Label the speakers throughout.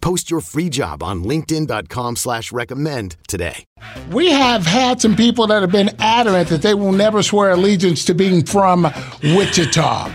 Speaker 1: Post your free job on linkedin.com/recommend slash recommend today.
Speaker 2: We have had some people that have been adamant that they will never swear allegiance to being from Wichita.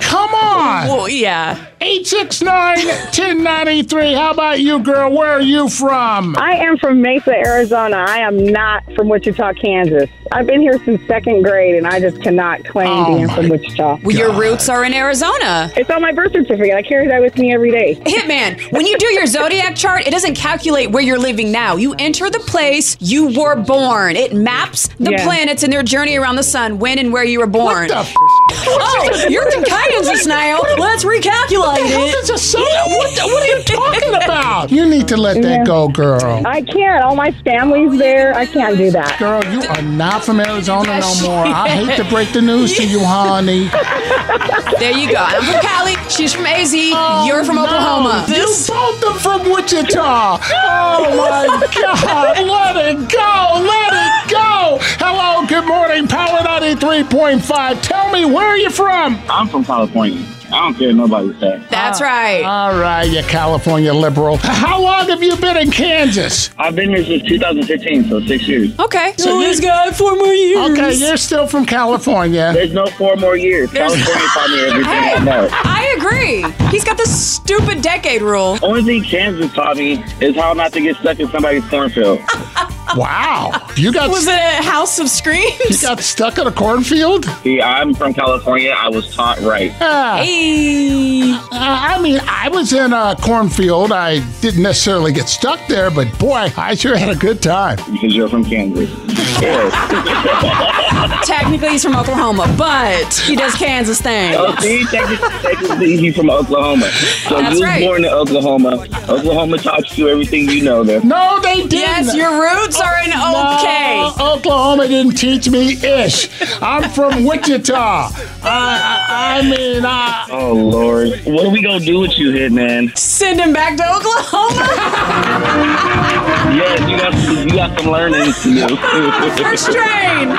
Speaker 2: Come on!
Speaker 3: Well, yeah.
Speaker 2: 869 1093. How about you, girl? Where are you from?
Speaker 4: I am from Mesa, Arizona. I am not from Wichita, Kansas. I've been here since second grade, and I just cannot claim
Speaker 2: Oh,
Speaker 4: being
Speaker 2: my-
Speaker 4: from Wichita.
Speaker 3: Well, your roots are in Arizona.
Speaker 4: It's on my birth certificate. I carry that with me every day.
Speaker 3: Hitman, when you do your zodiac chart, it doesn't calculate where you're living now. You enter the place you were born. It maps the
Speaker 4: Yeah.
Speaker 3: planets and their journey around the sun, when and where you were
Speaker 2: What
Speaker 3: born.
Speaker 2: the f-
Speaker 3: oh, you're from Kansas now. Let's recalculate
Speaker 2: the hell
Speaker 3: it.
Speaker 2: is a soda? What, the- what are you talking about? You need to let that go, girl.
Speaker 4: I can't. All my family's there. I can't do that.
Speaker 2: Girl, you are not from Arizona no more. I hate to break the news to you, honey.
Speaker 3: There you go. I'm from Cali. She's from AZ. you're from Oklahoma.
Speaker 2: Oh, You both are from Wichita. Oh my God. Let it go. Let it go. Hello. Good morning. Power 93.5. Tell me, where are you from?
Speaker 5: I'm from California. I don't care what nobody say.
Speaker 3: That's right.
Speaker 2: All right, you California liberal. How long have you been in Kansas?
Speaker 5: I've been here since 2015, so six years.
Speaker 3: Okay. So this guy four more years.
Speaker 2: Okay, you're still from California.
Speaker 5: There's no four more years.
Speaker 3: There's-
Speaker 5: California taught me everything
Speaker 3: Hey,
Speaker 5: I know.
Speaker 3: I agree. He's got this stupid decade rule.
Speaker 5: Only thing Kansas taught me is how not to get stuck in somebody's cornfield.
Speaker 2: Wow. You got,
Speaker 3: Was it a house of
Speaker 2: you
Speaker 3: screams?
Speaker 2: got stuck in a cornfield?
Speaker 5: See, I'm from California. I was taught right.
Speaker 2: Yeah.
Speaker 3: Hey.
Speaker 2: Uh, I mean, I was in a cornfield. I didn't necessarily get stuck there, but boy, I sure had a good time.
Speaker 5: Because you're from Kansas. yes.
Speaker 3: Technically, he's from Oklahoma, but he does Kansas things.
Speaker 5: Oh, see, Texas- technically, he's from Oklahoma. So
Speaker 3: That's
Speaker 5: you was
Speaker 3: right.
Speaker 5: born in Oklahoma. Oklahoma taught you everything you know there.
Speaker 2: No, they didn't.
Speaker 3: Yes, your roots are in
Speaker 2: No,
Speaker 3: OK.
Speaker 2: Oklahoma didn't teach me ish. I'm from Wichita. I, I, I mean, I,
Speaker 5: Oh, Lord. What are we going to do with you, Hitman?
Speaker 3: Send him back to Oklahoma.
Speaker 5: Yes, you got, you got some learning to do.
Speaker 3: First train.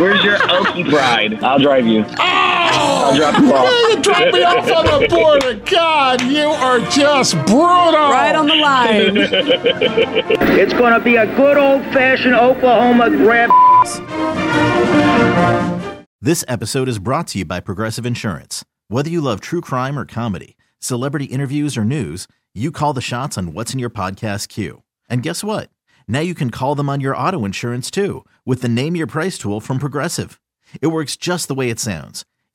Speaker 5: Where's your Okie bride? I'll drive you. I'll drop you
Speaker 2: Hey, oh, you
Speaker 5: off.
Speaker 2: dropped me off on the border. God, you are just brutal.
Speaker 3: Right on the line.
Speaker 6: It's going to be a good old fashioned Oklahoma grab.
Speaker 7: This episode is brought to you by Progressive Insurance. Whether you love true crime or comedy, celebrity interviews or news, you call the shots on what's in your podcast queue. And guess what? Now you can call them on your auto insurance too with the Name Your Price tool from Progressive. It works just the way it sounds.